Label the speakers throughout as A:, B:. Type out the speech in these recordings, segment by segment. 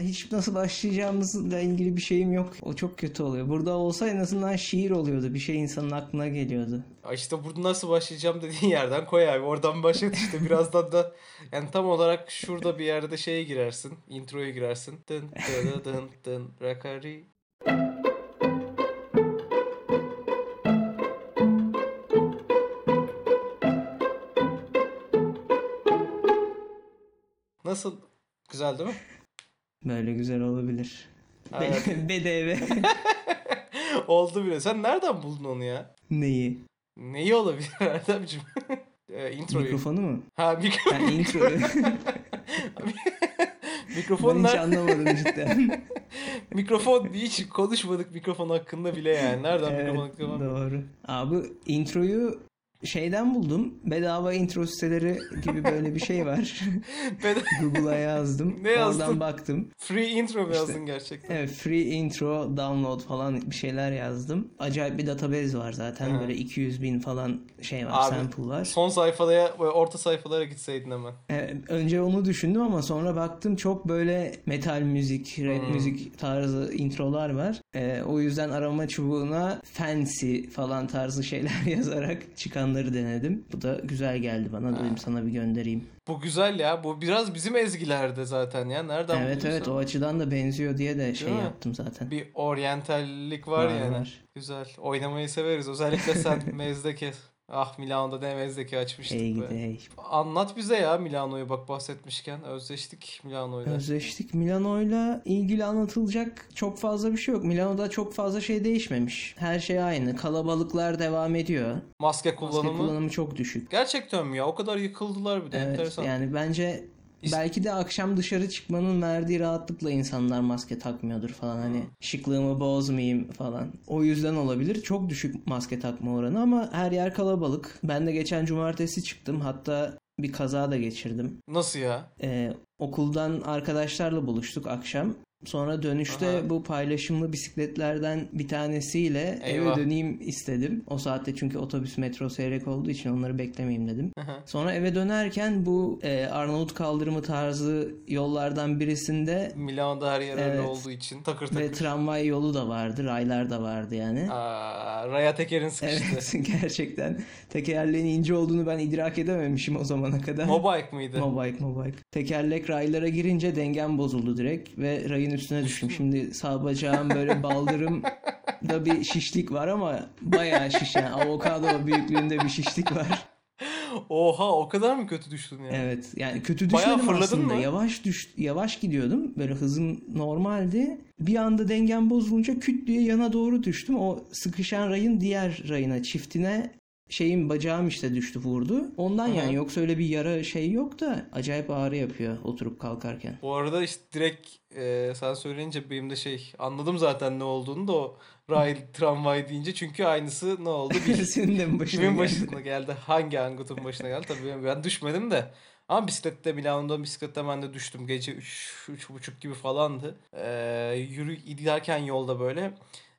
A: Hiç nasıl başlayacağımızla ilgili bir şeyim yok. O çok kötü oluyor. Burada olsa en azından şiir oluyordu. Bir şey insanın aklına geliyordu.
B: Ya İşte burada nasıl başlayacağım dediğin yerden koy abi. Oradan başlat işte. Birazdan da yani tam olarak şurada bir yerde şeye girersin. Introya girersin. Dın dın dın dın. Rakari. Nasıl? Güzel değil mi?
A: Böyle güzel olabilir.
B: Aynen.
A: Be- Bedeve.
B: Oldu bile. Sen nereden buldun onu ya?
A: Neyi?
B: Neyi olabilir Erdemciğim? Ee, introyu.
A: Mikrofonu mu?
B: Ha mikro...
A: Yani introyu. ben hiç
B: Mikrofonlar,
A: anlamadım cidden.
B: mikrofon hiç konuşmadık mikrofon hakkında bile yani. Nereden
A: evet,
B: mikrofon hakkında?
A: doğru. Abi introyu şeyden buldum. Bedava intro siteleri gibi böyle bir şey var.
B: Beda-
A: Google'a yazdım.
B: Ne yazdın?
A: Oradan baktım.
B: Free intro mu yazdın gerçekten?
A: Evet free intro download falan bir şeyler yazdım. Acayip bir database var zaten.
B: Hı.
A: Böyle 200 bin falan şey var
B: Abi,
A: sample var.
B: Son sayfaya böyle orta sayfalara gitseydin hemen.
A: Evet, önce onu düşündüm ama sonra baktım çok böyle metal müzik, rap
B: Hmm.
A: müzik tarzı introlar var. Ee, o yüzden arama çubuğuna fancy falan tarzı şeyler yazarak çıkanları denedim. Bu da güzel geldi bana. Dedim sana bir göndereyim.
B: Bu güzel ya. Bu biraz bizim ezgilerde zaten ya. Nereden
A: evet
B: bulduysan.
A: evet o açıdan da benziyor diye de şey
B: mi?
A: yaptım zaten.
B: Bir oryantallik var,
A: Var,
B: yani.
A: var.
B: Güzel. Oynamayı severiz. Özellikle sen mezdeki. Ah Milano'da ne mezdeki açmıştık
A: Hey
B: be.
A: gidi hey.
B: Anlat bize ya Milano'yu bak bahsetmişken. Özleştik Milano'yla.
A: Özleştik. Ee, Milano'yla ilgili anlatılacak çok fazla bir şey yok. Milano'da çok fazla şey değişmemiş. Her şey aynı. Kalabalıklar devam ediyor.
B: Maske
A: Maske
B: kullanımı.
A: kullanımı çok düşük.
B: Gerçekten mi ya? O kadar yıkıldılar bir de.
A: Evet,
B: Enteresan.
A: yani bence
B: İs-
A: belki de akşam dışarı çıkmanın verdiği rahatlıkla insanlar maske takmıyordur falan hani şıklığımı bozmayayım falan. O yüzden olabilir. Çok düşük maske takma oranı ama her yer kalabalık. Ben de geçen cumartesi çıktım. Hatta bir kaza da geçirdim.
B: Nasıl ya?
A: Ee, okuldan arkadaşlarla buluştuk akşam. Sonra dönüşte
B: Aha.
A: bu paylaşımlı bisikletlerden bir tanesiyle
B: Eyvah.
A: eve döneyim istedim. O saatte çünkü otobüs metro seyrek olduğu için onları beklemeyeyim dedim.
B: Aha.
A: Sonra eve dönerken bu e, Arnavut kaldırımı tarzı yollardan birisinde
B: Milano'da her yer öyle
A: Evet.
B: olduğu için takır
A: ve
B: takır.
A: tramvay yolu da vardı, raylar da vardı yani.
B: Aa, Raya Teker'in sıkıştı.
A: Evet gerçekten tekerleğin ince olduğunu ben idrak edememişim o zamana kadar.
B: Mobike mıydı?
A: Mobike mobike. Tekerlek raylara girince dengem bozuldu direkt ve rayın üstüne düştüm. Şimdi sağ bacağım böyle baldırım da bir şişlik var ama bayağı şiş yani avokado büyüklüğünde bir şişlik var.
B: Oha o kadar mı kötü düştün ya?
A: Evet yani kötü
B: Bayağı
A: düşmedim
B: fırladın
A: aslında.
B: mı?
A: Yavaş düş yavaş gidiyordum. Böyle hızım normaldi. Bir anda dengem bozulunca küt diye yana doğru düştüm. O sıkışan rayın diğer rayına çiftine şeyim bacağım işte düştü vurdu. Ondan
B: Hı hı.
A: yani yoksa öyle bir yara şey yok da acayip ağrı yapıyor oturup kalkarken.
B: Bu arada işte direkt e, sen söyleyince benim de şey anladım zaten ne olduğunu da o ray tramvay deyince çünkü aynısı ne oldu? Bir,
A: Senin de mi başına
B: kimin
A: geldi?
B: başına geldi? Hangi angutun başına geldi? Tabii ben, ben düşmedim de. Ama bisiklette Milano'da bisiklette ben de düştüm. Gece 3 buçuk gibi falandı. Ee, yürü giderken yolda böyle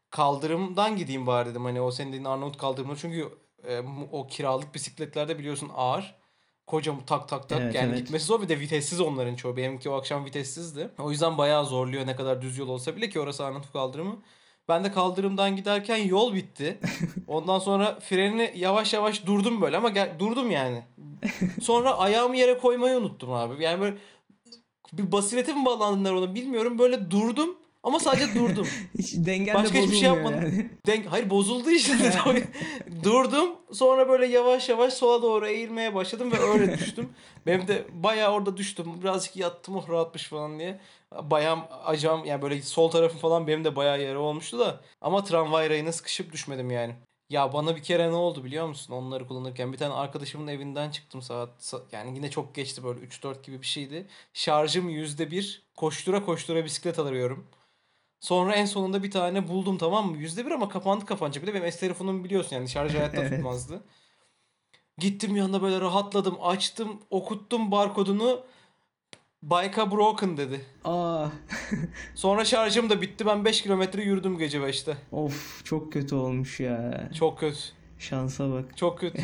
B: kaldırımdan gideyim bari dedim. Hani o senin dediğin Arnavut kaldırımı. Çünkü e, mu- o kiralık bisikletlerde biliyorsun ağır. Kocam tak tak tak
A: Evet,
B: yani
A: evet.
B: gitmesi zor bir de vitessiz onların çoğu. Benimki o akşam vitessizdi. O yüzden bayağı zorluyor ne kadar düz yol olsa bile ki orası Arnavut kaldırımı. Ben de kaldırımdan giderken yol bitti. Ondan sonra freni yavaş yavaş durdum böyle ama gel- durdum yani. Sonra ayağımı yere koymayı unuttum abi. Yani böyle bir basirete mi bağlandılar ona bilmiyorum. Böyle durdum ama sadece durdum.
A: Hiç dengen
B: Başka
A: de
B: hiçbir şey
A: bozulmuyor
B: yapmadım.
A: yani.
B: Denk, hayır bozuldu işte. durdum. Sonra böyle yavaş yavaş sola doğru eğilmeye başladım ve öyle düştüm. Benim de bayağı orada düştüm. Birazcık yattım oh rahatmış falan diye. Bayağım acam yani böyle sol tarafım falan benim de bayağı yara olmuştu da. Ama tramvay rayına sıkışıp düşmedim yani. Ya bana bir kere ne oldu biliyor musun? Onları kullanırken bir tane arkadaşımın evinden çıktım saat sa- yani yine çok geçti böyle 3-4 gibi bir şeydi. Şarjım %1 koştura koştura bisiklet alıyorum. Sonra en sonunda bir tane buldum tamam mı? %1 ama kapandı kapanacak. Bir de benim S telefonumu biliyorsun yani şarj hayatta
A: Evet.
B: tutmazdı. Gittim yanına böyle rahatladım. Açtım okuttum barkodunu. Bike'a broken dedi.
A: Aa,
B: Sonra şarjım da bitti. Ben 5 kilometre yürüdüm gece 5'te.
A: of çok kötü olmuş ya.
B: Çok kötü.
A: Şansa bak.
B: Çok kötü.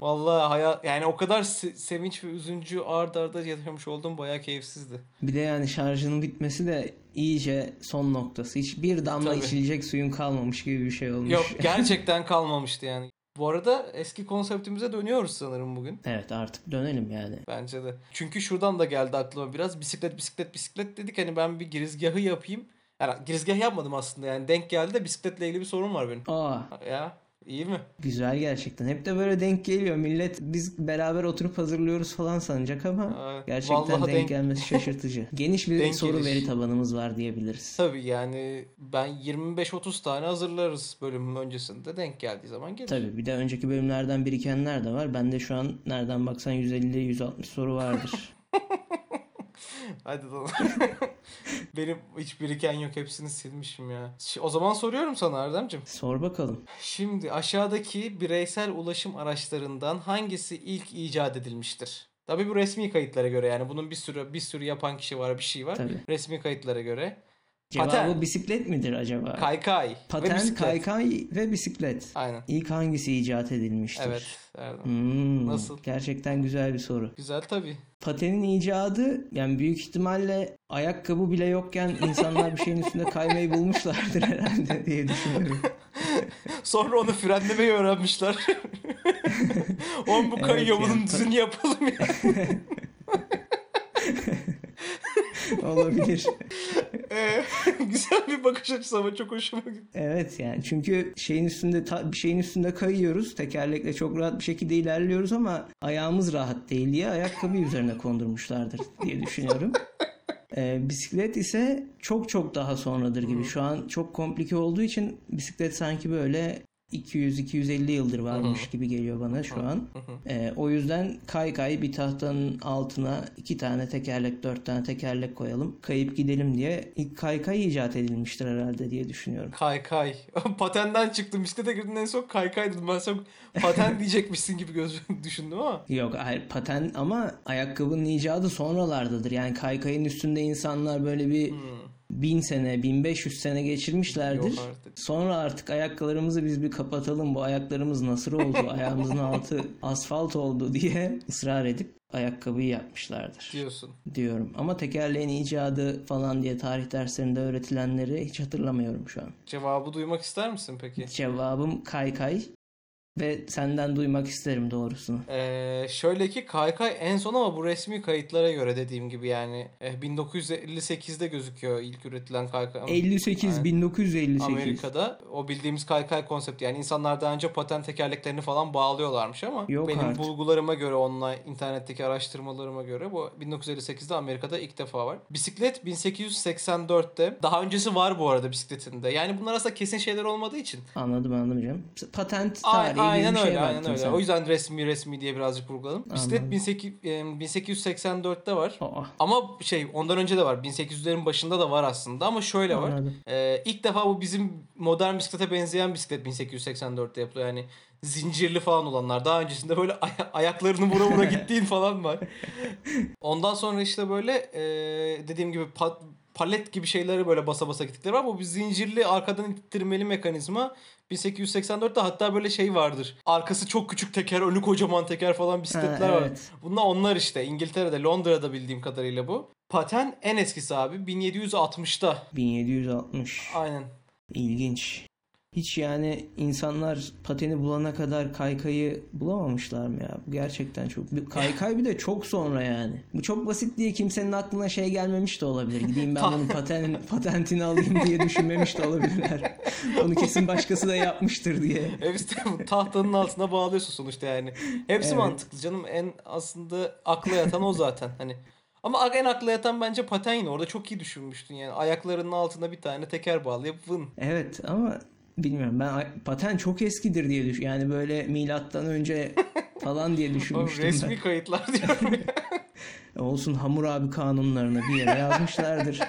B: Vallahi hayat yani o kadar se- sevinç ve üzüncü ard arda yaşamış oldum bayağı keyifsizdi.
A: Bir de yani şarjının bitmesi de iyice son noktası. Hiç bir damla
B: Tabii.
A: içilecek suyun kalmamış gibi bir şey olmuş.
B: Yok gerçekten kalmamıştı yani. Bu arada eski konseptimize dönüyoruz sanırım bugün.
A: Evet artık dönelim yani.
B: Bence de. Çünkü şuradan da geldi aklıma biraz. Bisiklet bisiklet bisiklet dedik. Hani ben bir girizgahı yapayım. Yani girizgah yapmadım aslında yani. Denk geldi de bisikletle ilgili bir sorun var benim.
A: Aa
B: Ya iyi mi?
A: Ah, güzel gerçekten. Hep de böyle denk geliyor. Millet biz beraber oturup hazırlıyoruz falan sanacak ama
B: Aa,
A: gerçekten
B: vallahi
A: denk
B: denk-
A: gelmesi şaşırtıcı. Geniş bir
B: Denk
A: soru
B: geliş.
A: veri tabanımız var diyebiliriz.
B: Tabii yani ben 25-30 tane hazırlarız bölümün öncesinde. Denk geldiği zaman gelir.
A: Tabii bir de önceki bölümlerden birikenler de var. Bende şu an nereden baksan 150 160 soru vardır.
B: Hadi lan. Benim hiç biriken yok. Hepsini silmişim ya. Şi- O zaman soruyorum sana Erdem'cim.
A: Sor bakalım.
B: Şimdi aşağıdaki bireysel ulaşım araçlarından hangisi ilk icat edilmiştir? Tabii bu resmi kayıtlara göre yani bunun bir sürü bir sürü yapan kişi var, bir şey var.
A: Tabii.
B: Resmi kayıtlara göre
A: Cevabı
B: Patent.
A: bisiklet midir acaba?
B: kaykay ve
A: Patent,
B: bisiklet.
A: kaykay ve bisiklet.
B: Aynen.
A: İlk hangisi icat edilmiştir?
B: Evet. Erdem.
A: Hmm,
B: Nasıl?
A: Gerçekten güzel bir soru.
B: Güzel tabii.
A: Patenin icadı yani büyük ihtimalle ayakkabı bile yokken insanlar bir şeyin üstünde kaymayı bulmuşlardır herhalde diye düşünüyorum.
B: Sonra onu frenlemeyi öğrenmişler. Oğlum bu kayıyor
A: Evet ya,
B: bunun
A: ta-
B: düzünü yapalım ya.
A: Olabilir.
B: Ee, Güzel bir bakış açısı ama çok hoşuma gitti.
A: Evet yani çünkü şeyin üstünde ta- bir şeyin üstünde kayıyoruz. Tekerlekle çok rahat bir şekilde ilerliyoruz ama ayağımız rahat değil diye ayakkabı üzerine kondurmuşlardır diye düşünüyorum. Ee, bisiklet ise çok çok daha sonradır gibi. Şu an çok komplike olduğu için bisiklet sanki böyle 200-250 yıldır varmış gibi geliyor bana şu an. Ee, o yüzden kay kay bir tahtanın altına iki tane tekerlek, dört tane tekerlek koyalım. Kayıp gidelim diye ilk kay kay icat edilmiştir herhalde diye düşünüyorum.
B: Kaykay. Patenden çıktım. Bisiklete girdin en son kaykay dedim. Ben sen paten diyecekmişsin gibi göz düşündüm ama.
A: Yok hayır paten ama ayakkabının icadı sonralardadır. Yani kaykayın üstünde insanlar böyle bir bin sene, 1500 sene geçirmişlerdir.
B: Hmm. Yok artık.
A: Sonra artık ayaklarımızı biz bir kapatalım. Bu ayaklarımız nasır oldu, ayağımızın altı asfalt oldu diye ısrar edip ayakkabıyı yapmışlardır
B: Diyorsun.
A: diyorum. Ama tekerleğin icadı falan diye tarih derslerinde öğretilenleri hiç hatırlamıyorum şu an.
B: Cevabı duymak ister misin peki?
A: Cevabım kaykay ve senden duymak isterim doğrusunu.
B: Ee, şöyle ki kaykay en son ama bu resmi kayıtlara göre dediğim gibi yani eh, 1958'de gözüküyor ilk üretilen kaykay.
A: 58
B: Aynen.
A: 1958.
B: Amerika'da o bildiğimiz kaykay konsepti yani insanlar daha önce paten tekerleklerini falan bağlıyorlarmış ama
A: Yok
B: benim
A: artık.
B: bulgularıma göre online internetteki araştırmalarıma göre bu 1958'de Amerika'da ilk defa var. Bisiklet 1884'te daha öncesi var bu arada bisikletinde yani bunlar aslında kesin şeyler olmadığı için
A: Anladım anladım canım. Patent
B: A-
A: tarihi
B: aynen
A: gibi bir
B: öyle
A: şey
B: aynen
A: baktın
B: öyle
A: sen.
B: o yüzden resmi resmi diye birazcık vurguladım. Bisiklet
A: Anladım.
B: 18, e, 1884'te var.
A: Aa,
B: Ama şey ondan önce de var. 1800'lerin başında da var aslında ama şöyle var.
A: Anladım.
B: Ee, ilk defa bu bizim modern bisiklete benzeyen bisiklet 1884'te yapılıyor. Yani zincirli falan olanlar. Daha öncesinde böyle aya- ayaklarını vura vura gittiğin falan var. Ondan sonra işte böyle e, dediğim gibi pa- palet gibi şeylere böyle basa basa gittikleri var. Bu bir zincirli arkadan ittirmeli mekanizma 1884'te hatta böyle şey vardır. Arkası çok küçük teker, önü kocaman teker falan bisikletler
A: Ha,
B: var.
A: evet.
B: Bunlar onlar işte. İngiltere'de, Londra'da bildiğim kadarıyla bu. Paten en eskisi abi. 1760'ta.
A: 1760.
B: Aynen.
A: İlginç. Hiç yani insanlar pateni bulana kadar kaykayı bulamamışlar mı ya? Bu gerçekten çok. bir- Kaykay bir de çok sonra yani. Bu çok basit diye kimsenin aklına şey gelmemiş de olabilir. Gideyim ben bunun paten, patentini alayım diye düşünmemiş de olabilirler. Onu kesin başkası da yapmıştır diye.
B: Hepsi de bu tahtanın altına bağlıyorsun sonuçta yani. Hepsi
A: Evet.
B: mantıklı canım. En aslında akla yatan o zaten. Hani ama en akla yatan bence paten yine. Orada çok iyi düşünmüştün yani. Ayaklarının altına bir tane teker bağlayıp vın.
A: Evet ama bilmiyorum ben ay- paten çok eskidir diye düş yani böyle milattan önce falan diye
B: Oğlum
A: düşünmüştüm
B: resmi kayıtlar diyorum. ya.
A: ben. Olsun Hammurabi kanunlarını bir yere yazmışlardır.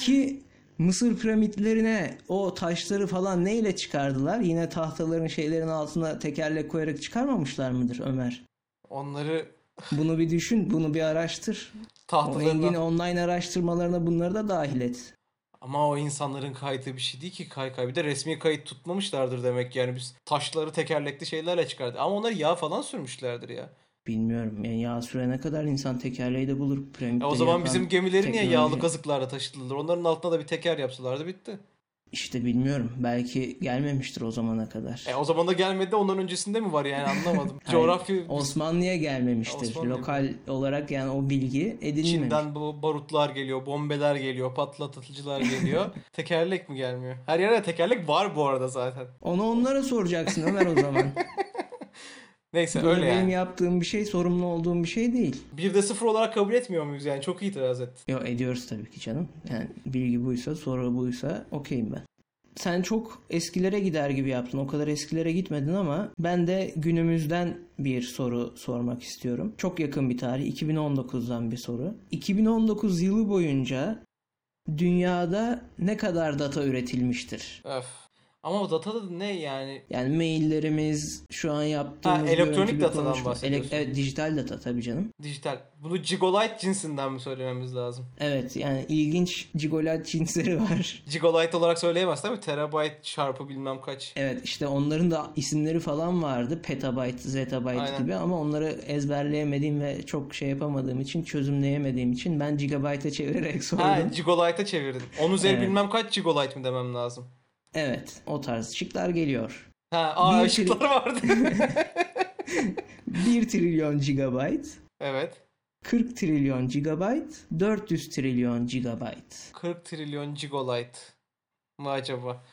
A: Ki Mısır piramitlerine o taşları falan neyle çıkardılar? Yine tahtaların şeylerin altına tekerlek koyarak çıkarmamışlar mıdır Ömer?
B: Onları
A: Bunu bir düşün, bunu bir araştır. O engin
B: tahtalarına...
A: online araştırmalarına bunları da dahil et.
B: Ama o insanların kaydığı bir şey değil ki kaykay. Bir de resmi kayıt tutmamışlardır demek ki. yani biz taşları tekerlekli şeylerle çıkardık. Ama onlar yağ falan sürmüşlerdir ya.
A: Bilmiyorum. Yani yağ sürene kadar insan tekerleği de bulur. Piramit
B: Ya E, o
A: de
B: zaman
A: yapan
B: bizim gemileri niye
A: teknoloji.
B: yağlı kazıklarla taşıtılır? Onların altına da bir teker yapsalardı bitti.
A: İşte bilmiyorum. Belki gelmemiştir o zamana kadar.
B: E o zaman da gelmedi de ondan öncesinde mi var yani anlamadım.
A: Hayır,
B: Coğrafya
A: Osmanlı'ya gelmemiştir.
B: Osmanlı-
A: Lokal olarak yani o bilgi edinilmemiş.
B: Çin'den bu barutlar geliyor, bombeler geliyor, patlatıcılar geliyor. tekerlek mi gelmiyor? Her yerde tekerlek var bu arada zaten.
A: Onu onlara soracaksın Ömer o zaman.
B: Neyse
A: Böyle
B: öyle
A: benim
B: yani.
A: yaptığım bir şey, sorumlu olduğum bir şey değil.
B: Bir de sıfır olarak kabul etmiyor muyuz yani? Çok itiraz ettin.
A: Yo ediyoruz tabii ki canım. Yani bilgi buysa, soru buysa okeyim ben. Sen çok eskilere gider gibi yaptın. O kadar eskilere gitmedin ama ben de günümüzden bir soru sormak istiyorum. Çok yakın bir tarih. 2019'dan bir soru. 2019 yılı boyunca dünyada ne kadar data üretilmiştir?
B: Öf. Ama o data da ne yani?
A: Yani maillerimiz, şu an yaptığımız
B: Ha, elektronik
A: görüntülü
B: datadan
A: konuşma-
B: bahsediyorsun.
A: evet, dijital data tabii canım.
B: Dijital. Bunu gigolite cinsinden mi söylememiz lazım?
A: Evet yani ilginç cigolat cinsleri var.
B: Gigolite olarak söyleyemez değil mi? Terabyte çarpı bilmem kaç.
A: Evet işte onların da isimleri falan vardı. Petabyte, zettabyte
B: Aynen.
A: gibi ama onları ezberleyemediğim ve çok şey yapamadığım için, çözümleyemediğim için ben gigabyte'a çevirerek sordum.
B: Ha gigolite'a çevirdim. Onun üzeri
A: Evet.
B: bilmem kaç gigolite mi demem lazım?
A: Evet, o tarz şıklar geliyor.
B: Ha, aa
A: Bir şey-
B: ışıklar vardı.
A: 1 trilyon gigabyte,
B: evet.
A: 40 trilyon gigabyte, 400 trilyon gigabyte.
B: 40 trilyon gigolite mı acaba?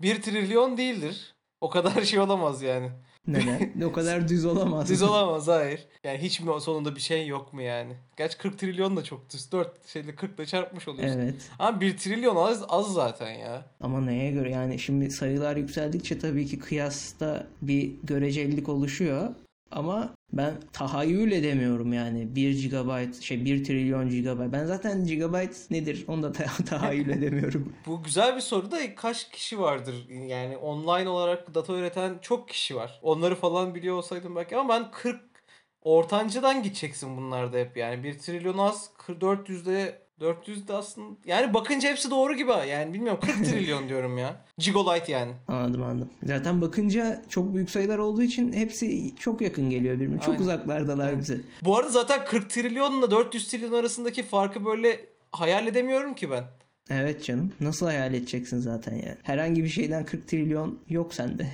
B: 1 trilyon değildir. O kadar şey olamaz yani.
A: Neden? o kadar düz olamaz.
B: Düz olamaz hayır. Yani hiç mi sonunda bir şey yok mu yani? Gerçi 40 trilyon da çok düz. 4 şeyle 40 ile çarpmış oluyorsun.
A: Evet.
B: Ama 1 trilyon az, az zaten ya.
A: Ama neye göre? Yani şimdi sayılar yükseldikçe tabii ki kıyasta bir görecelilik oluşuyor. Ama ben tahayyül edemiyorum yani 1 GB şey 1 trilyon GB. Ben zaten GB nedir onu da ta- tahayyül edemiyorum.
B: Bu güzel bir soru da kaç kişi vardır? Yani online olarak data üreten çok kişi var. Onları falan biliyor olsaydım belki ama ben 40 ortancadan gideceksin bunlarda hep yani. 1 trilyon az 400 de 400 de aslında yani bakınca hepsi doğru gibi ha. yani bilmiyorum 40 trilyon diyorum ya. Gigolite yani.
A: Anladım anladım. Zaten bakınca çok büyük sayılar olduğu için hepsi çok yakın geliyor birbirine. Çok
B: Aynen.
A: uzaklardalar bize.
B: Bu arada zaten 40 trilyonla 400 trilyon arasındaki farkı böyle hayal edemiyorum ki ben.
A: Evet canım. Nasıl hayal edeceksin zaten yani? Herhangi bir şeyden 40 trilyon yok sende.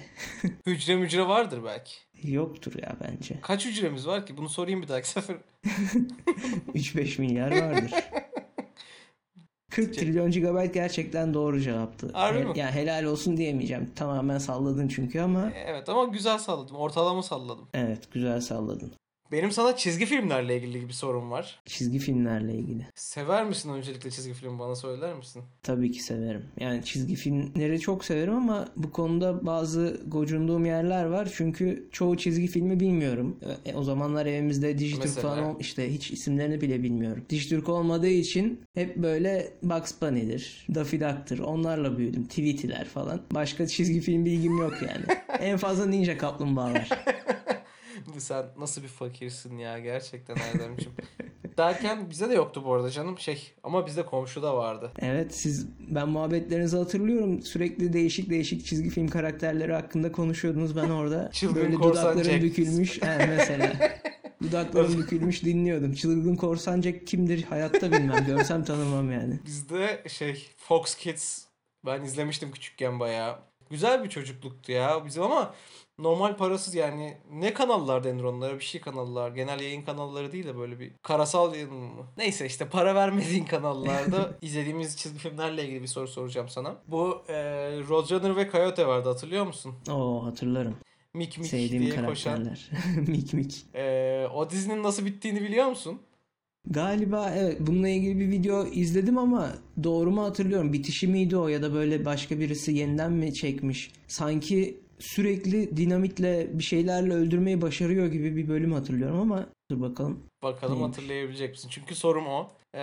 B: Hücre mücre vardır belki.
A: Yoktur ya bence.
B: Kaç hücremiz var ki? Bunu sorayım bir dahaki sefer.
A: 3-5 milyar vardır. 40 trilyon GB gerçekten doğru cevaptı.
B: Harbi mi?
A: Ya helal olsun diyemeyeceğim. Tamamen salladın çünkü ama
B: Evet ama güzel salladım. Ortalama salladım.
A: evet güzel salladın.
B: Benim sana çizgi filmlerle ilgili bir sorum var.
A: Çizgi filmlerle ilgili.
B: Sever misin öncelikle çizgi film bana söyler misin?
A: Tabii ki severim. Yani çizgi filmleri çok severim ama bu konuda bazı gocunduğum yerler var. Çünkü çoğu çizgi filmi bilmiyorum. E, o zamanlar evimizde Dijitürk
B: Mesela?
A: falan ol- işte hiç isimlerini bile bilmiyorum. Dijitürk olmadığı için hep böyle Bugs Bunny'dir, Daffy Duck'tır. Onlarla büyüdüm. Tweety'ler falan. Başka çizgi film bilgim yok yani. en fazla Ninja Kaplumbağalar.
B: Sen nasıl bir fakirsin ya gerçekten Erdemciğim. Derken bize de yoktu bu arada canım şey ama bizde komşuda vardı.
A: Evet siz ben muhabbetlerinizi hatırlıyorum. Sürekli değişik değişik çizgi film karakterleri hakkında konuşuyordunuz. Ben orada
B: Çılgın
A: böyle
B: Korsan
A: dudaklarım
B: Jack.
A: bükülmüş. He, mesela. dudaklarım bükülmüş dinliyordum. Çılgın Korsan Jack kimdir hayatta bilmem. Görsem tanımam yani.
B: Bizde şey Fox Kids ben izlemiştim küçükken bayağı. Güzel bir çocukluktu ya bizim ama normal parasız yani ne kanallar denir onlara bir şey kanallar genel yayın kanalları değil de böyle bir karasal yayın mı? Neyse işte para vermediğin kanallarda izlediğimiz çizgi filmlerle ilgili bir soru soracağım sana. Bu e, Roadrunner ve Coyote vardı hatırlıyor musun?
A: Oo hatırlarım.
B: Mik Mik
A: Sevdiğim
B: diye koşan.
A: karakterler. mik mik.
B: E, o dizinin nasıl bittiğini biliyor musun?
A: Galiba evet bununla ilgili bir video izledim ama doğru mu hatırlıyorum? Bitişi miydi o ya da böyle başka birisi yeniden mi çekmiş? Sanki sürekli dinamitle bir şeylerle öldürmeyi başarıyor gibi bir bölüm hatırlıyorum ama dur bakalım.
B: Bakalım
A: Neymiş?
B: hatırlayabilecek misin? Çünkü sorum o. E,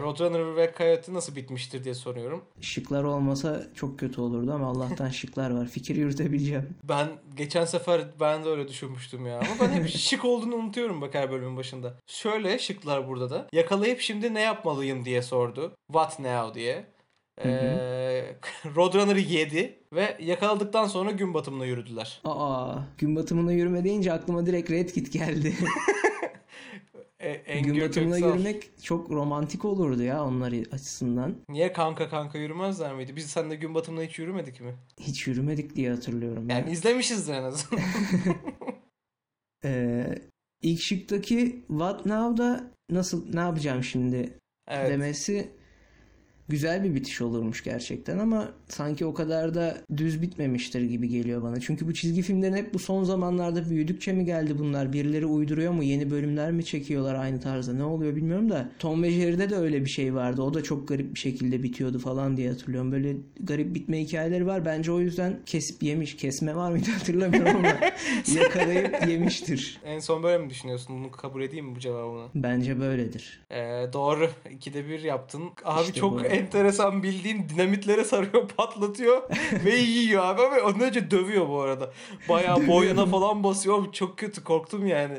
B: Roadrunner ve Coyote nasıl bitmiştir diye soruyorum.
A: Şıklar olmasa çok kötü olurdu ama Allah'tan şıklar var. Fikir yürütebileceğim.
B: Ben geçen sefer ben de öyle düşünmüştüm ya. Ama ben hep şık olduğunu unutuyorum bak her bölümün başında. Şöyle şıklar burada da. Yakalayıp şimdi ne yapmalıyım diye sordu. What now diye. Ee, Roadrunner'ı yedi ve yakaladıktan sonra gün batımına yürüdüler.
A: Aa, gün batımına yürüme deyince aklıma direkt Red Kit geldi.
B: E, Engin
A: gün batımına
B: Köksal.
A: yürümek çok romantik olurdu ya onlar açısından.
B: Niye kanka kanka yürümezler miydi? Biz seninle gün batımına hiç yürümedik mi?
A: Hiç yürümedik diye hatırlıyorum. ben.
B: Yani izlemişizdir en azından.
A: Ee, ilk şıktaki What Now'da nasıl ne yapacağım şimdi
B: evet.
A: demesi güzel bir bitiş olurmuş gerçekten ama sanki o kadar da düz bitmemiştir gibi geliyor bana. Çünkü bu çizgi filmlerin hep bu son zamanlarda büyüdükçe mi geldi bunlar? Birileri uyduruyor mu? Yeni bölümler mi çekiyorlar aynı tarzda? Ne oluyor bilmiyorum da Tom ve Jerry'de de öyle bir şey vardı. O da çok garip bir şekilde bitiyordu falan diye hatırlıyorum. Böyle garip bitme hikayeleri var. Bence o yüzden kesip yemiş. Kesme var mıydı hatırlamıyorum ama yakalayıp yemiştir.
B: En son böyle mi düşünüyorsun? Bunu kabul edeyim mi bu cevabını?
A: Bence böyledir.
B: Ee, doğru. İkide bir yaptın. Abi
A: İşte
B: çok
A: bu.
B: enteresan bildiğin dinamitlere sarıyor, patlatıyor ve yiyor abi. Ama ondan önce dövüyor bu arada. Bayağı boynuna falan basıyor. Çok kötü korktum yani.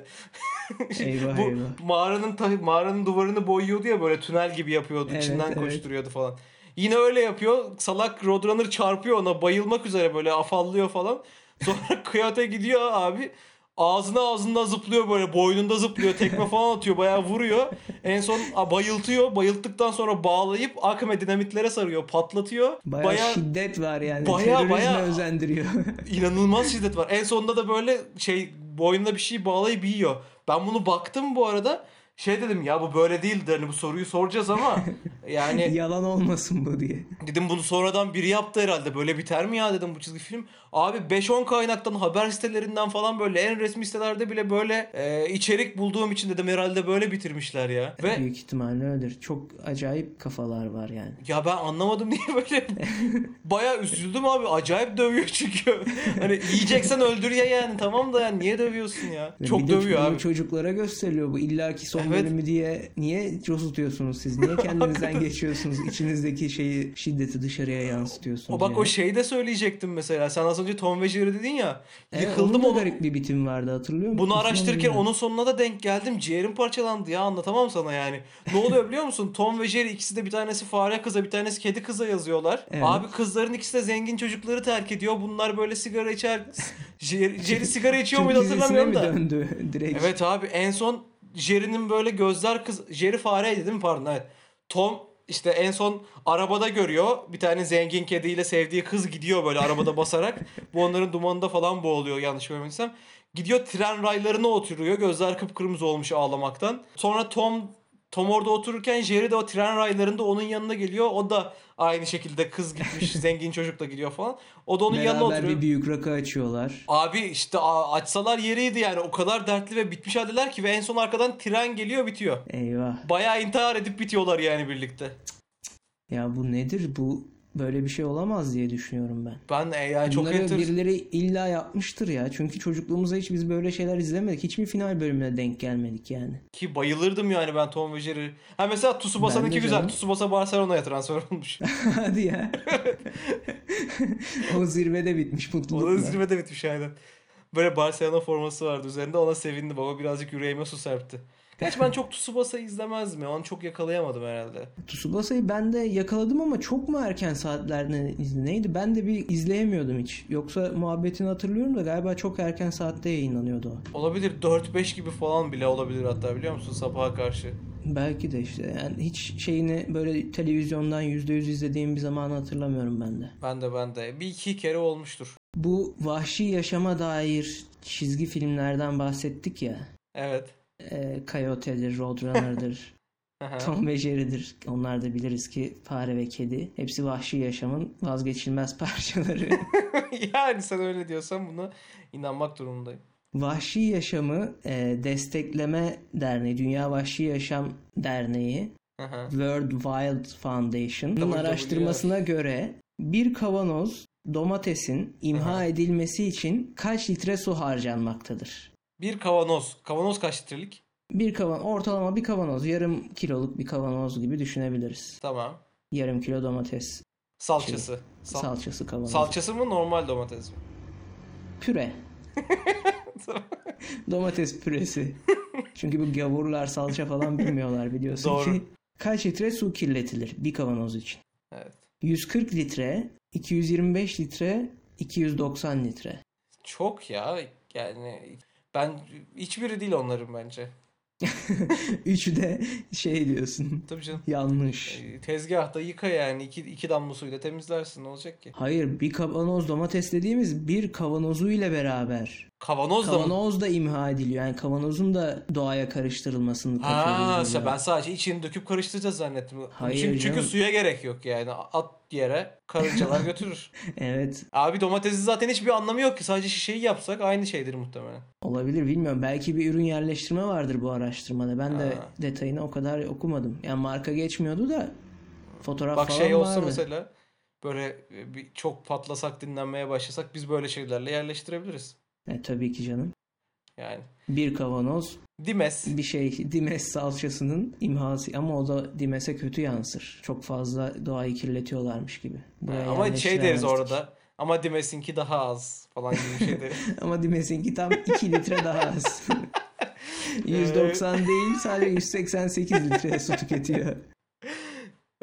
A: Eyvah
B: bu
A: eyvah.
B: mağaranın ta- mağaranın duvarını boyuyordu ya böyle tünel gibi yapıyordu.
A: Evet,
B: içinden
A: evet.
B: koşturuyordu falan. Yine öyle yapıyor. Salak Roadrunner çarpıyor ona bayılmak üzere böyle afallıyor falan. Sonra Kıyate gidiyor abi. Ağzına ağzında zıplıyor böyle boynunda zıplıyor tekme falan atıyor bayağı vuruyor. En son a, bayıltıyor bayılttıktan sonra bağlayıp akme dinamitlere sarıyor patlatıyor.
A: Baya,
B: bayağı
A: şiddet var yani.
B: Baya-
A: Terörizme
B: baya-
A: özendiriyor.
B: İnanılmaz şiddet var. En sonunda da böyle şey boynuna bir şey bağlayıp yiyor. Ben bunu baktım bu arada. Şey dedim ya bu böyle değildi hani bu soruyu soracağız ama yani
A: Yalan olmasın bu diye.
B: dedim bunu sonradan biri yaptı herhalde böyle biter mi ya dedim bu çizgi film. Abi 5-10 kaynaktan haber sitelerinden falan böyle en resmi sitelerde bile böyle e, içerik bulduğum için dedim herhalde böyle bitirmişler ya. Ve
A: Büyük ihtimalle öyledir. Çok acayip kafalar var yani.
B: Ya ben anlamadım niye böyle bayağı üzüldüm abi. Acayip dövüyor çünkü. hani yiyeceksen öldür ya yani tamam da yani niye dövüyorsun ya?
A: Bir
B: Çok
A: de
B: dövüyor
A: bunu
B: abi.
A: Çocuklara gösteriliyor bu illaki son
B: Evet.
A: bölümü diye. Niye cosutuyorsunuz siz? Niye kendinizden geçiyorsunuz? İçinizdeki şeyi şiddeti dışarıya yansıtıyorsunuz.
B: O bak o
A: yani.
B: şeyi de söyleyecektim mesela. Sen az önce Tom ve Jerry dedin ya.
A: Evet,
B: yıkıldım
A: E, onun da
B: onu.
A: garip bir bitim vardı hatırlıyor musun?
B: Bunu
A: Son
B: araştırırken
A: bölümde.
B: onun sonuna da denk geldim. Ciğerim parçalandı ya anlatamam sana yani. Ne oluyor biliyor musun? Tom ve Jerry ikisi de bir tanesi fare kıza bir tanesi kedi kıza yazıyorlar.
A: Evet.
B: Abi kızların ikisi de zengin çocukları terk ediyor. Bunlar böyle sigara içer. Jerry, Jerry sigara içiyor
A: Türk
B: muydu
A: dizisine
B: hatırlamıyorum
A: mi
B: da.
A: döndü direkt?
B: Evet abi en son Jerry'nin böyle gözler kız Jerry fareydi değil mi pardon evet. Tom işte en son arabada görüyor bir tane zengin kediyle sevdiği kız gidiyor böyle arabada basarak. Bu onların dumanında falan boğuluyor yanlış görmediysem. Gidiyor tren raylarına oturuyor. Gözler kıpkırmızı olmuş ağlamaktan. Sonra Tom Tom orada otururken Jerry de o tren raylarında onun yanına geliyor. O da aynı şekilde kız gitmiş zengin çocukla gidiyor falan. O da onun yanına
A: Beraber
B: oturuyor.
A: bir büyük rakı açıyorlar.
B: Abi işte a- açsalar yeriydi yani o kadar dertli ve bitmiş haldeler ki ve en son arkadan tren geliyor bitiyor.
A: Eyvah.
B: Bayağı intihar edip bitiyorlar yani birlikte.
A: Ya bu nedir? Bu böyle bir şey olamaz diye düşünüyorum ben.
B: Ben e, yani çok
A: Bunları
B: enter...
A: birileri illa yapmıştır ya. Çünkü çocukluğumuzda hiç biz böyle şeyler izlemedik. Hiçbir final bölümüne denk gelmedik yani.
B: ki bayılırdım yani ben Tom ve Jerry. Ha mesela
A: Ben de
B: Tsubasa'nınki güzel.
A: canım.
B: Tsubasa Barcelona'ya transfer olmuş.
A: Hadi ya. o zirvede bitmiş
B: o da
A: mutlulukla.
B: zirvede bitmiş aynen. Böyle Barcelona forması vardı üzerinde ona sevindi baba birazcık yüreğime su serpti. Gerçi ben çok Tsubasa'yı izlemezdim ya onu çok yakalayamadım herhalde.
A: Tsubasa'yı ben de yakaladım ama çok mu erken saatlerde neydi? Ben de bir izleyemiyordum hiç. Yoksa muhabbetini hatırlıyorum da galiba çok erken saatte yayınlanıyordu o.
B: Olabilir 4-5 gibi falan bile olabilir hatta biliyor musun sabaha karşı.
A: Belki de işte yani hiç şeyini böyle televizyondan %100 izlediğim bir zamanı hatırlamıyorum ben de.
B: Ben de ben de. Bir iki kere olmuştur.
A: Bu vahşi yaşama dair çizgi filmlerden bahsettik ya.
B: Evet.
A: E, Coyote'dir, Roadrunner'dır,
B: Aha.
A: Tom ve Jerry'dir. Onlar da biliriz ki fare ve kedi. Hepsi vahşi yaşamın vazgeçilmez parçaları.
B: yani sen öyle diyorsan buna inanmak durumundayım.
A: vahşi yaşamı e, destekleme derneği, Dünya Vahşi Yaşam Derneği
B: Aha.
A: World Wild Foundation'ın
B: WWF.
A: araştırmasına göre bir kavanoz domatesin imha
B: Aha.
A: edilmesi için kaç litre su harcanmaktadır?
B: Bir kavanoz. Kavanoz kaç litrelik?
A: Bir kavan ortalama bir kavanoz, yarım kiloluk bir kavanoz gibi düşünebiliriz.
B: Tamam.
A: Yarım kilo domates
B: Salçası. Şey, Sal-
A: salçası kavanozu.
B: Salçası mı normal domates mi?
A: Püre. Domates püresi. Çünkü bu gavurlar salça falan bilmiyorlar biliyorsun
B: Doğru.
A: ki. Kaç litre su kirletilir bir kavanoz için?
B: Evet.
A: 140 litre, 225 litre, 290 litre.
B: Çok ya yani ben hiçbiri değil onların bence.
A: Üçü de şey diyorsun.
B: Tabii canım.
A: Yanlış.
B: Ee, Tezgahta yıka yani iki, iki damla suyla temizlersin ne olacak ki?
A: Hayır bir kavanoz domates dediğimiz bir kavanozuyla beraber.
B: Kavanoz da mı?
A: Kavanoz da imha ediliyor. Yani kavanozun da doğaya karıştırılmasını
B: Ha,
A: kaçırıyoruz.
B: sen-
A: burada.
B: ben sadece içini döküp karıştıracağız zannettim.
A: Hayır
B: çünkü, çünkü
A: canım.
B: suya gerek yok yani. At yere karıncalar götürür.
A: Evet
B: Abi domatesin zaten hiçbir anlamı yok ki. Sadece şişeyi yapsak aynı şeydir muhtemelen.
A: olabilir bilmiyorum. Belki bir ürün yerleştirme vardır bu araştırmada. Ben de
B: Ha.
A: detayını o kadar okumadım. Yani marka geçmiyordu da fotoğraf
B: Bak
A: falan
B: şey olsa
A: vardı.
B: mesela böyle e, bir çok patlasak dinlenmeye başlasak biz böyle şeylerle yerleştirebiliriz.
A: E, tabii ki canım.
B: Yani
A: Bir kavanoz
B: Dimes.
A: bir şey Dimes salçasının imhası ama o da Dimes'e kötü yansır. Çok fazla doğayı kirletiyorlarmış gibi. Buraya
B: Ama şey deriz
A: yerleştiremezdik.
B: orada. Ama Dimes'inki daha az falan gibi bir şey deriz.
A: Ama Dimes'inki tam 2 litre daha az. 190 değil sadece 188 litre su tüketiyor.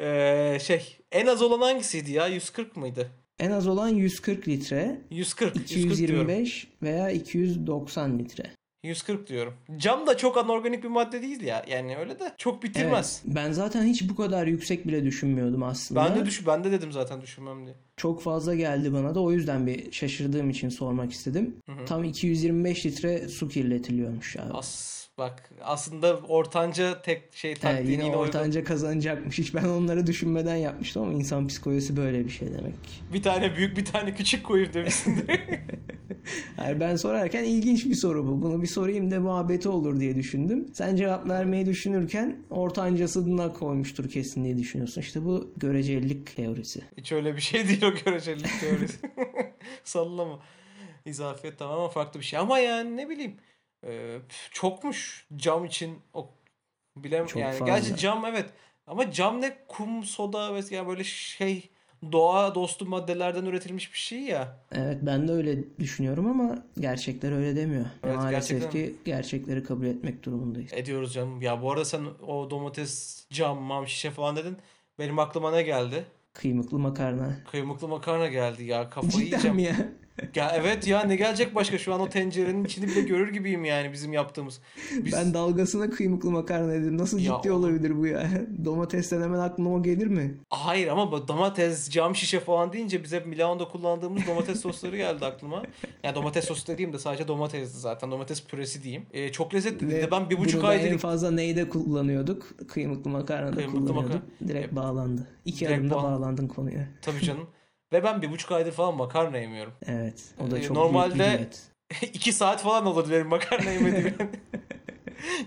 B: Ee, şey en az olan hangisiydi ya? 140 mıydı?
A: En az olan 140 litre,
B: 140. 140 diyorum.
A: 225 veya 290 litre.
B: 140 diyorum. Cam da çok anorganik bir madde değil ya. Yani öyle de çok bitirmez.
A: Evet, ben zaten hiç bu kadar yüksek bile düşünmüyordum aslında.
B: Ben de düş ben de dedim zaten düşünmem diye.
A: Çok fazla geldi bana da o yüzden bir şaşırdığım için sormak istedim. Tam 225 litre su kirletiliyormuş abi.
B: As bak aslında ortanca tek şey
A: He,
B: taktiğini
A: yine
B: yine uygun.
A: ortanca kazanacakmış. Hiç ben onları düşünmeden yapmıştım ama insan psikolojisi böyle bir şey demek ki.
B: Bir tane büyük bir tane küçük koyur demişsin.
A: Hayır ben sorarken ilginç bir soru bu. Bunu bir sorayım da muhabbeti olur diye düşündüm. Sen cevap vermeyi düşünürken ortancasına koymuştur kesin diye düşünüyorsun. İşte bu görecelilik teorisi.
B: Hiç öyle bir şey değil o görecelilik teorisi. Sallama. İzafiyet tamamen farklı bir şey. Ama yani ne bileyim. e, püf, çokmuş cam için. O, bilem
A: Çok
B: yani.
A: fazla.
B: Gerçi cam evet. Ama cam ne kum, soda ve yani böyle şey doğa dostu maddelerden üretilmiş bir şey ya.
A: Evet ben de öyle düşünüyorum ama gerçekler öyle demiyor.
B: Evet,
A: Maalesef
B: gerçekten.
A: ki gerçekleri kabul etmek durumundayız.
B: Ediyoruz canım. Ya bu arada sen o domates, cam, mam, şişe falan dedin. Benim aklıma ne geldi?
A: Kıymıklı makarna.
B: Kıymıklı makarna geldi ya. Kafayı
A: Cidden
B: yiyeceğim.
A: mi ya?
B: Ya evet ya ne gelecek başka şu an o tencerenin içini bile görür gibiyim yani bizim yaptığımız. Biz
A: Ben dalgasına kıymıklı makarna dedim. Nasıl
B: Ya
A: ciddi
B: oğlum.
A: olabilir bu ya? Domatesten hemen aklıma o gelir mi?
B: hayır ama bu domates, cam şişe falan deyince biz hep Milano'da kullandığımız domates sosları geldi aklıma. Ya domates sosu dediğim de sadece domatesdi zaten. Domates püresi diyeyim. Ee, çok lezzetli. Bir de ben bir buçuk
A: Bunu da
B: ay
A: en
B: dedik.
A: fazla neyde kullanıyorduk? Kıymıklı makarnada
B: Kıymıklı
A: kullanıyorduk.
B: makarna.
A: Direkt
B: E,
A: bağlandı. İki
B: direkt
A: adımda
B: bağlan-
A: bağlandın konuya.
B: Tabii canım. Ve ben bir buçuk aydır falan makarna yemiyorum.
A: Evet. O da
B: E,
A: çok
B: normalde-
A: büyük bir diyet.
B: İki saat falan olurdu benim makarna yemediğim.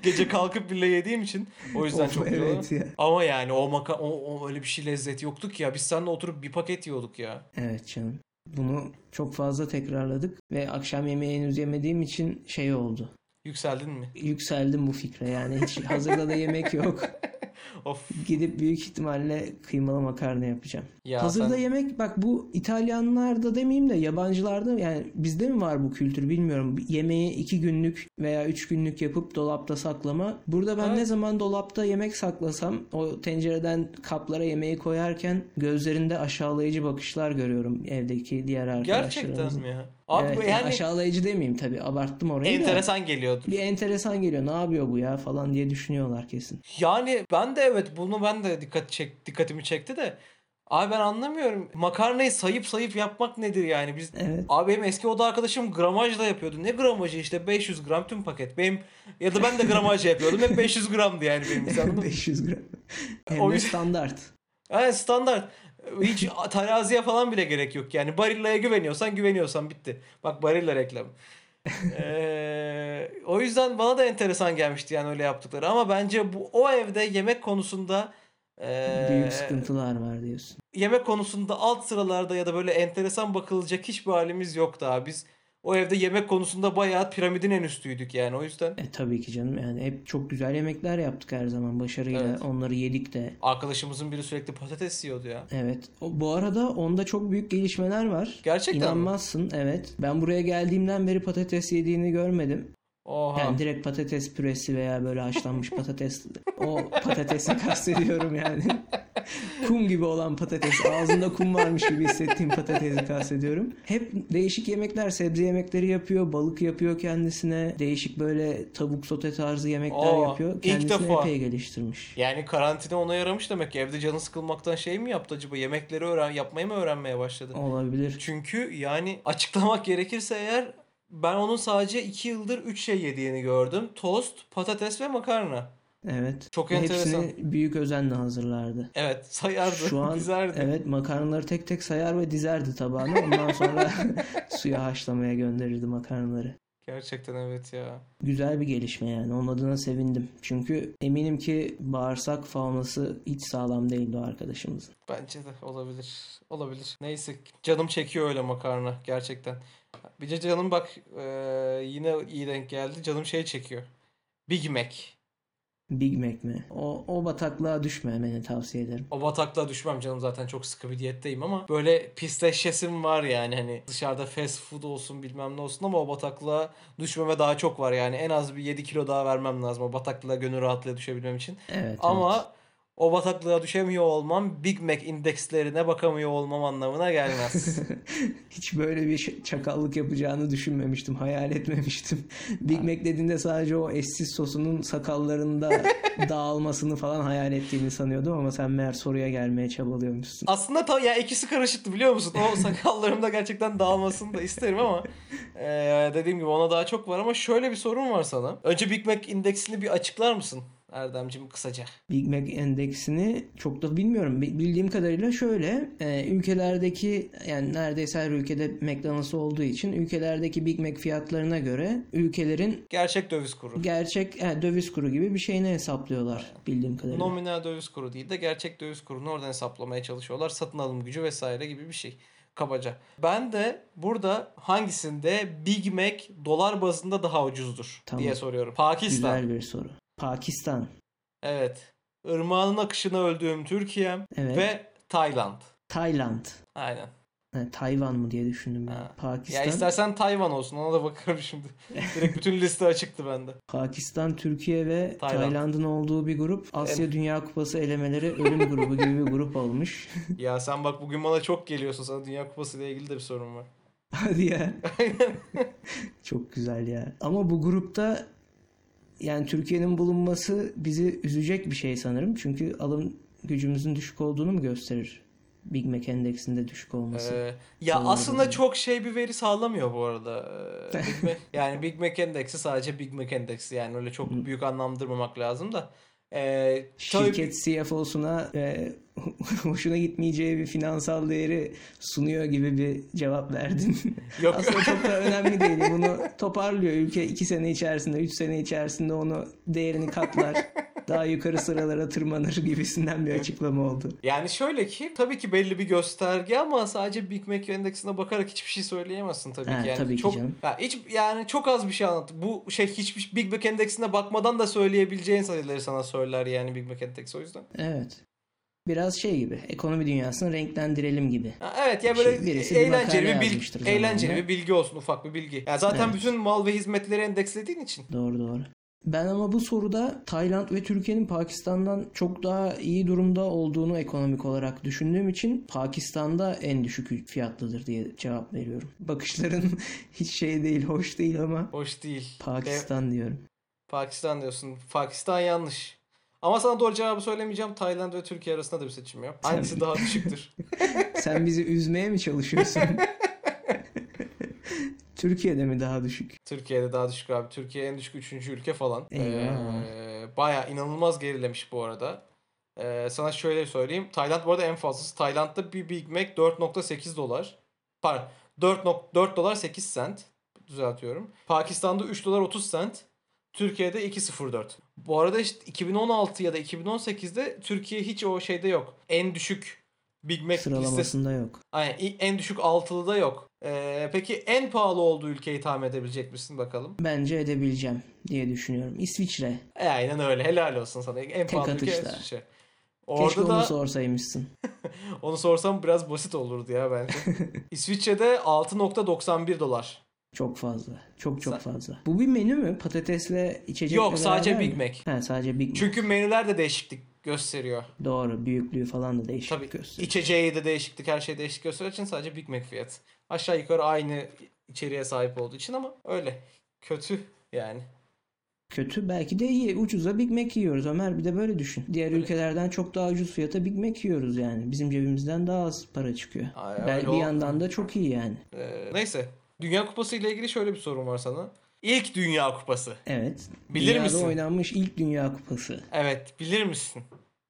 B: Gece kalkıp bile yediğim için. O yüzden
A: Of,
B: çok iyi
A: evet ya.
B: Ama yani o, maka o, o öyle bir şey lezzeti yoktu ki ya. Biz seninle oturup bir paket yiyorduk ya.
A: Evet canım. Bunu çok fazla tekrarladık ve akşam yemeği henüz yemediğim için şey oldu.
B: Yükseldin mi?
A: Yükseldim bu fikre yani hiç hazırda da yemek yok.
B: Of.
A: Gidip büyük ihtimalle kıymalı makarna yapacağım.
B: Ya
A: Hazırda
B: sen-
A: yemek bak bu İtalyanlarda demeyeyim de yabancılarda yani bizde mi var bu kültür bilmiyorum. Yemeği iki günlük veya üç günlük yapıp dolapta saklama. Burada ben
B: Evet.
A: ne zaman dolapta yemek saklasam o tencereden kaplara yemeği koyarken gözlerinde aşağılayıcı bakışlar görüyorum evdeki diğer arkadaşlarımızın.
B: Gerçekten mi ya? Abi
A: Evet,
B: yani
A: aşağılayıcı demeyeyim tabii abarttım orayı da.
B: enteresan geliyordu.
A: Bir enteresan geliyor ne yapıyor bu ya falan diye düşünüyorlar kesin.
B: Yani ben de evet bunu ben de dikkat çek dikkatimi çekti de abi ben anlamıyorum. Makarnayı sayıp sayıp yapmak nedir yani? Biz
A: Evet.
B: Abi benim eski oda arkadaşım gramajla yapıyordu. Ne gramajı işte 500 gram tüm paket. Benim ya da ben de gramajla yapıyordum. Hep 500 gramdı yani benim sanırım.
A: 500 gram. Hem
B: O
A: de
B: yüzden-
A: standart.
B: Yani standart. Hiç teraziye falan bile gerek yok yani. Barilla'ya güveniyorsan güveniyorsan bitti. Bak Barilla reklamı. Ee, o yüzden bana da enteresan gelmişti yani öyle yaptıkları. Ama bence bu o evde yemek konusunda ee,
A: Büyük sıkıntılar var diyorsun.
B: yemek konusunda alt sıralarda ya da böyle enteresan bakılacak hiçbir halimiz yoktu abi. Biz o evde yemek konusunda bayağı piramidin en üstüydük yani. O yüzden
A: E tabii ki canım yani hep çok güzel yemekler yaptık her zaman başarıyla.
B: Evet.
A: Onları yedik de.
B: arkadaşımızın biri sürekli patates yiyordu ya.
A: Evet. O, bu arada onda çok büyük gelişmeler var.
B: Gerçekten mi?
A: İnanmazsın evet. Ben buraya geldiğimden beri patates yediğini görmedim.
B: Oha.
A: Yani direkt patates püresi veya böyle haşlanmış patates o patatesi kastediyorum yani. kum gibi olan patates ağzında kum varmış gibi hissettiğim patatesi kastediyorum. Hep değişik yemekler sebze yemekleri yapıyor balık yapıyor kendisine değişik böyle tavuk sote tarzı yemekler
B: Aa,
A: yapıyor.
B: ilk
A: Kendisini
B: defa.
A: epey geliştirmiş.
B: Yani karantina ona yaramış demek ki. Evde canı sıkılmaktan şey mi yaptı acaba? Yemekleri öğren yapmayı mı öğrenmeye başladı?
A: Olabilir.
B: Çünkü yani açıklamak gerekirse eğer ben onun sadece 2 yıldır 3 şey yediğini gördüm. Tost, patates ve makarna.
A: Evet.
B: Çok
A: Ve
B: enteresan.
A: Hepsini büyük özenle hazırlardı.
B: Evet sayardı.
A: Şu an
B: dizerdi.
A: evet makarnaları tek tek sayar ve dizerdi tabağına. Ondan sonra suya haşlamaya gönderirdi makarnaları.
B: Gerçekten evet ya.
A: Güzel bir gelişme yani. Onun adına sevindim. Çünkü eminim ki bağırsak faunası hiç sağlam değildi o arkadaşımızın.
B: Bence de olabilir. Olabilir. Neyse canım çekiyor öyle makarna gerçekten. Bir de canım bak e, yine iyi denk geldi. Canım şey çekiyor. Big Mac.
A: Big Mac mi? O, o bataklığa düşmemeni tavsiye ederim.
B: O bataklığa düşmem canım zaten çok sıkı bir diyetteyim ama böyle pisleşesim var yani hani dışarıda fast food olsun bilmem ne olsun ama o bataklığa düşmeme daha çok var yani en az bir 7 kilo daha vermem lazım o bataklığa gönül rahatlığıyla düşebilmem için.
A: Evet.
B: Ama
A: evet.
B: o bataklığa düşemiyor olmam Big Mac indekslerine bakamıyor olmam anlamına gelmez.
A: Hiç böyle bir ş- çakallık yapacağını düşünmemiştim. Hayal etmemiştim. Big Mac dediğinde sadece o eşsiz sosunun sakallarında dağılmasını falan hayal ettiğini sanıyordum ama sen meğer soruya gelmeye çabalıyormuşsun.
B: Aslında ta ya ikisi karışıktı biliyor musun? O sakallarımda gerçekten dağılmasını da isterim ama eee, dediğim gibi ona daha çok var ama şöyle bir sorun var sana. Önce Big Mac indeksini bir açıklar mısın Erdemcim kısaca?
A: Big Mac endeksini çok da bilmiyorum. Bi- Bildiğim kadarıyla şöyle e, ülkelerdeki yani neredeyse her ülkede McDonald's olduğu için ülkelerdeki Big Mac fiyatlarına göre ülkelerin
B: Gerçek döviz kuru.
A: gerçek e, döviz kuru gibi bir şeyini hesaplıyorlar bildiğim kadarıyla.
B: Nominal döviz kuru değil de gerçek döviz kurunu oradan hesaplamaya çalışıyorlar. Satın alım gücü vesaire gibi bir şey kabaca. Ben de burada hangisinde Big Mac dolar bazında daha ucuzdur
A: Tamam.
B: diye soruyorum. Pakistan.
A: Güzel bir soru. Pakistan.
B: Evet. Irmağının akışına öldüğüm Türkiye'm
A: Evet.
B: ve Tayland.
A: Tayland.
B: Aynen.
A: Ha, Tayvan mı diye düşündüm ben.
B: Ha.
A: Pakistan.
B: Ya istersen Tayvan olsun ona da bakarım şimdi. Direkt bütün liste açıktı bende.
A: Pakistan, Türkiye ve
B: Tayland.
A: Tayland'ın olduğu bir grup Asya Dünya Kupası elemeleri ölüm grubu gibi bir grup olmuş.
B: Ya sen bak bugün bana çok geliyorsun. Sana Dünya Kupası ile ilgili de bir sorun var.
A: Hadi ya. Çok güzel ya. Ama bu grupta yani Türkiye'nin bulunması bizi üzecek bir şey sanırım. Çünkü alım gücümüzün düşük olduğunu mu gösterir? Big Mac endeksinde düşük olması.
B: Ee, ya
A: Sanırım
B: aslında
A: öyle.
B: çok şey bir veri sağlamıyor bu arada. Ee, Big Mac- yani Big Mac Endeks'i sadece Big Mac Endeks'i yani öyle çok
A: Hmm.
B: büyük anlamdırmamak lazım da. Ee, tabii-
A: Şirket CFO'suna e, hoşuna gitmeyeceği bir finansal değeri sunuyor gibi bir cevap verdin.
B: Yok.
A: Aslında çok da önemli değil. Bunu toparlıyor. Ülke 2 sene içerisinde, 3 sene içerisinde onu değerini katlar. Daha yukarı sıralara tırmanır gibisinden bir açıklama oldu.
B: Yani şöyle ki tabii ki belli bir gösterge ama sadece Big Mac endeksine bakarak hiçbir şey söyleyemezsin tabii
A: Ha,
B: ki. Yani
A: tabii ki
B: çok
A: canım.
B: ya hiç yani çok az bir şey anlat. Bu şey hiçbir Big Mac endeksine bakmadan da söyleyebileceğin sayıları sana söyler yani Big Mac endeksi o yüzden.
A: Evet. Biraz şey gibi. Ekonomi dünyasını renklendirelim gibi.
B: Ha, evet ya
A: Şey,
B: böyle
A: birisi bir
B: eğlenceli
A: makale
B: bir
A: yazmıştır
B: bilgi,
A: zamanında.
B: eğlenceli bir bilgi olsun ufak bir bilgi. Ya zaten
A: Evet.
B: bütün mal ve hizmetleri endekslediğin için.
A: Doğru doğru. Ben ama bu soruda Tayland ve Türkiye'nin Pakistan'dan çok daha iyi durumda olduğunu ekonomik olarak düşündüğüm için Pakistan'da en düşük fiyatlıdır diye cevap veriyorum. Bakışların hiç şey değil, hoş değil ama
B: Hoş değil. De-
A: Pakistan diyorum.
B: Pakistan diyorsun. Pakistan yanlış. Ama sana doğru cevabı söylemeyeceğim. Tayland ve Türkiye arasında da bir seçim yap. Hangisi daha düşüktür?
A: Sen bizi üzmeye mi çalışıyorsun? Türkiye'de mi daha düşük?
B: Türkiye'de daha düşük abi. Türkiye en düşük 3. ülke falan.
A: Eyvah.
B: Ee, Baya inanılmaz gerilemiş bu arada. Ee, sana şöyle söyleyeyim. Tayland bu arada en fazlası. Tayland'da bir Big Mac 4.8 dolar. Pardon 4, nok- 4 dolar 8 sent. Düzeltiyorum. Pakistan'da 3 dolar 30 sent. Türkiye'de 2.04. Bu arada işte 2016 ya da 2018'de Türkiye hiç o şeyde yok. En düşük Big Mac listesi
A: Sıralamasında yok.
B: Aynen i- en düşük altılı da yok. Ee, peki en pahalı olduğu ülkeyi tahmin edebilecek misin bakalım?
A: Bence edebileceğim diye düşünüyorum. İsviçre.
B: E, aynen öyle helal olsun sana. En pahalı ülke
A: atışla.
B: İsviçre.
A: Keşke
B: Orada
A: onu
B: da
A: sorsaymışsın.
B: onu sorsam biraz basit olurdu ya bence. İsviçre'de 6.91 dolar.
A: Çok fazla. Çok çok fazla. Bu bir menü mü? Patatesle içecekle
B: Yok, sadece
A: beraber
B: Big
A: mi?
B: Mac.
A: He, sadece Big Mac.
B: Çünkü menüler de değişiklik gösteriyor.
A: Doğru. Büyüklüğü falan da değişik
B: Tabii
A: gösteriyor.
B: içeceği de değişiklik her şey değişiklik gösterdiği için sadece Big Mac fiyat. Aşağı yukarı aynı içeriğe sahip olduğu için ama öyle. Kötü yani.
A: Kötü belki de iyi. Ucuza Big Mac yiyoruz Ömer. Bir de böyle düşün. Diğer ülkelerden çok daha ucuz fiyata Big Mac yiyoruz yani. Bizim cebimizden daha az para çıkıyor.
B: Ay,
A: Bel-
B: öyle
A: bir
B: oldu.
A: yandan da çok iyi yani.
B: Ee, neyse. Dünya Kupası ile ilgili şöyle bir sorum var sana. İlk Dünya Kupası.
A: Evet.
B: Bilir
A: Dünyada
B: misin?
A: oynanmış ilk Dünya Kupası.
B: Evet bilir misin?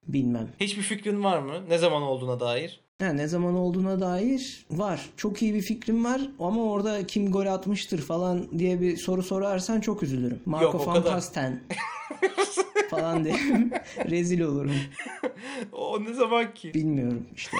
A: Bilmem.
B: Hiçbir fikrin var mı? Ne zaman olduğuna dair?
A: Ha, ne zaman olduğuna dair var. Çok iyi bir fikrim var ama orada kim gol atmıştır falan diye bir soru sorarsan çok üzülürüm. Marco
B: Yok, o
A: van
B: kadar.
A: Basten falan diye rezil olurum.
B: O ne zaman ki?
A: Bilmiyorum işte.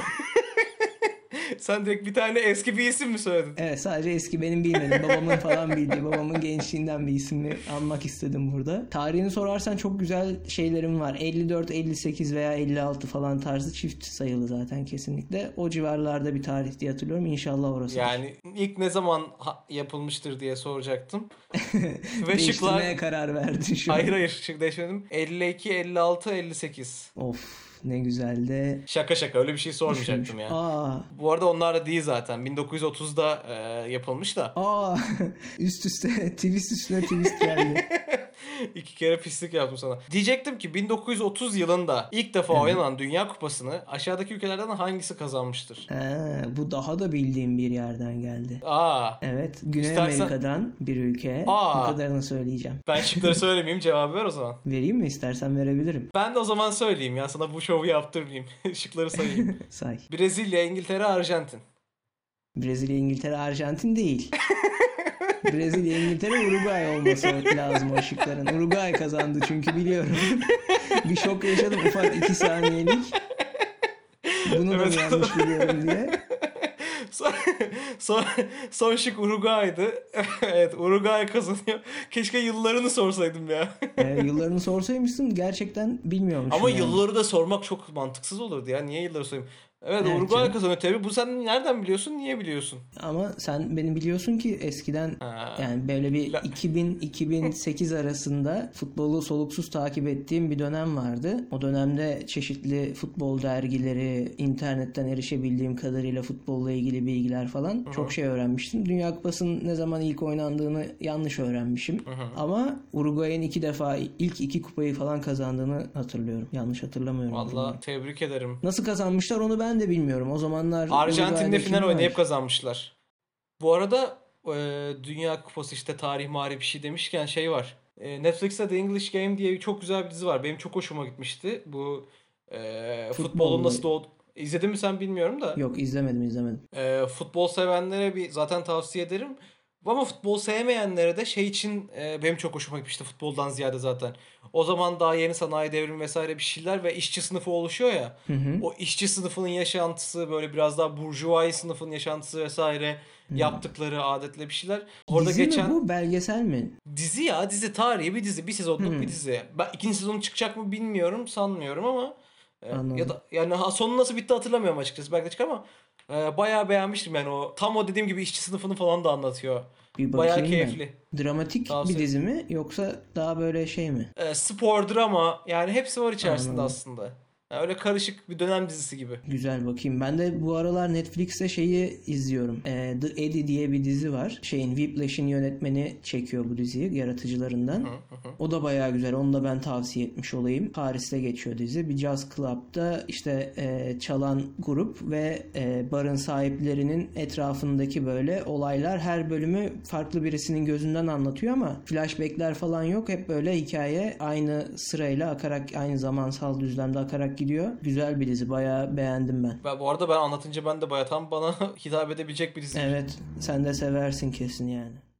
B: Sen direkt bir tane eski bir isim mi söyledin?
A: Evet sadece eski benim bilmedim. Babamın falan bildiği, babamın gençliğinden bir ismi anmak istedim burada. Tarihini sorarsan çok güzel şeylerim var. 54, 58 veya 56 falan tarzı çift sayılı zaten kesinlikle. O civarlarda bir tarih diye hatırlıyorum. İnşallah orası.
B: Yani ilk ne zaman ha- yapılmıştır diye soracaktım. Ve
A: Değiştirmeye
B: şıklar...
A: karar verdin şu an.
B: Hayır hayır şık değişmedim. 52, 56, 58.
A: Of ne güzel de.
B: Şaka şaka öyle bir şey sormayacaktım ya.
A: Aa,
B: Bu arada onlar da değil zaten. 1930'da e, yapılmış da.
A: aa üst üste twist üstüne twist geldi.
B: İki kere pislik yaptım sana. Diyecektim ki 1930 yılında ilk defa oynanan Dünya Kupası'nı aşağıdaki ülkelerden hangisi kazanmıştır?
A: Ha, bu daha da bildiğim bir yerden geldi.
B: Aa,
A: Evet Güney
B: İstersen-
A: Amerika'dan bir ülke.
B: Aa.
A: Bu kadarını söyleyeceğim.
B: ben şıkları söylemeyeyim cevabı ver o zaman.
A: Vereyim mi istersen verebilirim.
B: Ben de o zaman söyleyeyim ya sana bu şovu yaptırmayayım. Şıkları sayayım.
A: Say.
B: Brezilya, İngiltere, Arjantin.
A: Brezilya, İngiltere, Arjantin değil. Brezilya, İngiltere, Uruguay olması lazım o şıkların. Uruguay kazandı çünkü biliyorum. bir şok yaşadım ufak iki saniyelik. Bunu da mı
B: Evet.
A: yanlış biliyorum diye.
B: Son, son, son şık Uruguay'dı. evet Uruguay kazanıyor. Keşke yıllarını sorsaydım ya.
A: Ee, yıllarını sorsaymışsın gerçekten bilmiyormuşum.
B: Ama
A: yani.
B: yılları da sormak çok mantıksız olurdu ya. Niye yılları sorayım? Evet,
A: Evet
B: Uruguay
A: canım.
B: kazanıyor tabii. Bu sen nereden biliyorsun? Niye biliyorsun?
A: Ama sen beni biliyorsun ki eskiden
B: Ha.
A: yani böyle bir
B: La-
A: 2000-2008 arasında futbolu soluksuz takip ettiğim bir dönem vardı. O dönemde çeşitli futbol dergileri, internetten erişebildiğim kadarıyla futbolla ilgili bilgiler falan çok şey öğrenmiştim. Dünya Kupası'nın ne zaman ilk oynandığını yanlış öğrenmişim. Ama Uruguay'ın iki defa ilk iki kupayı falan kazandığını hatırlıyorum. Yanlış hatırlamıyorum.
B: Valla tebrik ederim.
A: Nasıl kazanmışlar onu ben de bilmiyorum. O zamanlar
B: Arjantin'de
A: Uruguay'da kim
B: final
A: var?
B: oynayıp kazanmışlar. Bu arada e, Dünya Kupası işte tarih mari bir şey demişken şey var. E, Netflix'te The English Game diye bir çok güzel bir dizi var. Benim çok hoşuma gitmişti. Bu e,
A: Futbol
B: futbolun
A: mu?
B: nasıl doğdu... İzledin mi sen bilmiyorum da.
A: Yok izlemedim izlemedim.
B: E, futbol sevenlere bir zaten tavsiye ederim. Ama futbol sevmeyenlere de şey için e, benim çok hoşuma gitmişti futboldan ziyade zaten. O zaman daha yeni sanayi devrimi vesaire bir şeyler ve işçi sınıfı oluşuyor ya.
A: Hı hı.
B: O işçi sınıfının yaşantısı böyle biraz daha burjuvayi sınıfın yaşantısı vesaire yaptıkları adetle bir şeyler. Orada
A: Dizi
B: geçen
A: mi bu belgesel mi?
B: dizi ya dizi tarihi bir dizi bir sezonluk bir dizi. Ben ikinci sezonu çıkacak mı bilmiyorum sanmıyorum ama e,
A: Anladım.
B: ya da yani ha- sonu nasıl bitti hatırlamıyorum açıkçası belki de çıkar ama e, bayağı beğenmiştim yani o tam o dediğim gibi işçi sınıfını falan da anlatıyor.
A: Bir bakayım
B: Bayağı
A: ben.
B: keyifli.
A: Dramatik
B: Tavsiye-
A: bir dizi mi yoksa daha böyle şey mi?
B: E, spor drama yani hepsi var içerisinde
A: Anladım.
B: aslında. Yani öyle karışık bir dönem dizisi gibi.
A: Güzel bakayım. Ben de bu aralar Netflix'te şeyi izliyorum. Ee, The Eddie diye bir dizi var. Şeyin Whiplash'in yönetmeni çekiyor bu diziyi yaratıcılarından. O da bayağı güzel. Onu da ben tavsiye etmiş olayım. Paris'te geçiyor dizi. Bir jazz club'da işte e, çalan grup ve e, barın sahiplerinin etrafındaki böyle olaylar her bölümü farklı birisinin gözünden anlatıyor ama flashbackler falan yok. Hep böyle hikaye aynı sırayla akarak aynı zamansal düzlemde akarak gidiyor. Güzel bir dizi. Bayağı beğendim ben.
B: Ben, bu arada ben anlatınca ben de bayağı tam bana hitap edebilecek bir dizi.
A: Evet. Sen de seversin kesin yani.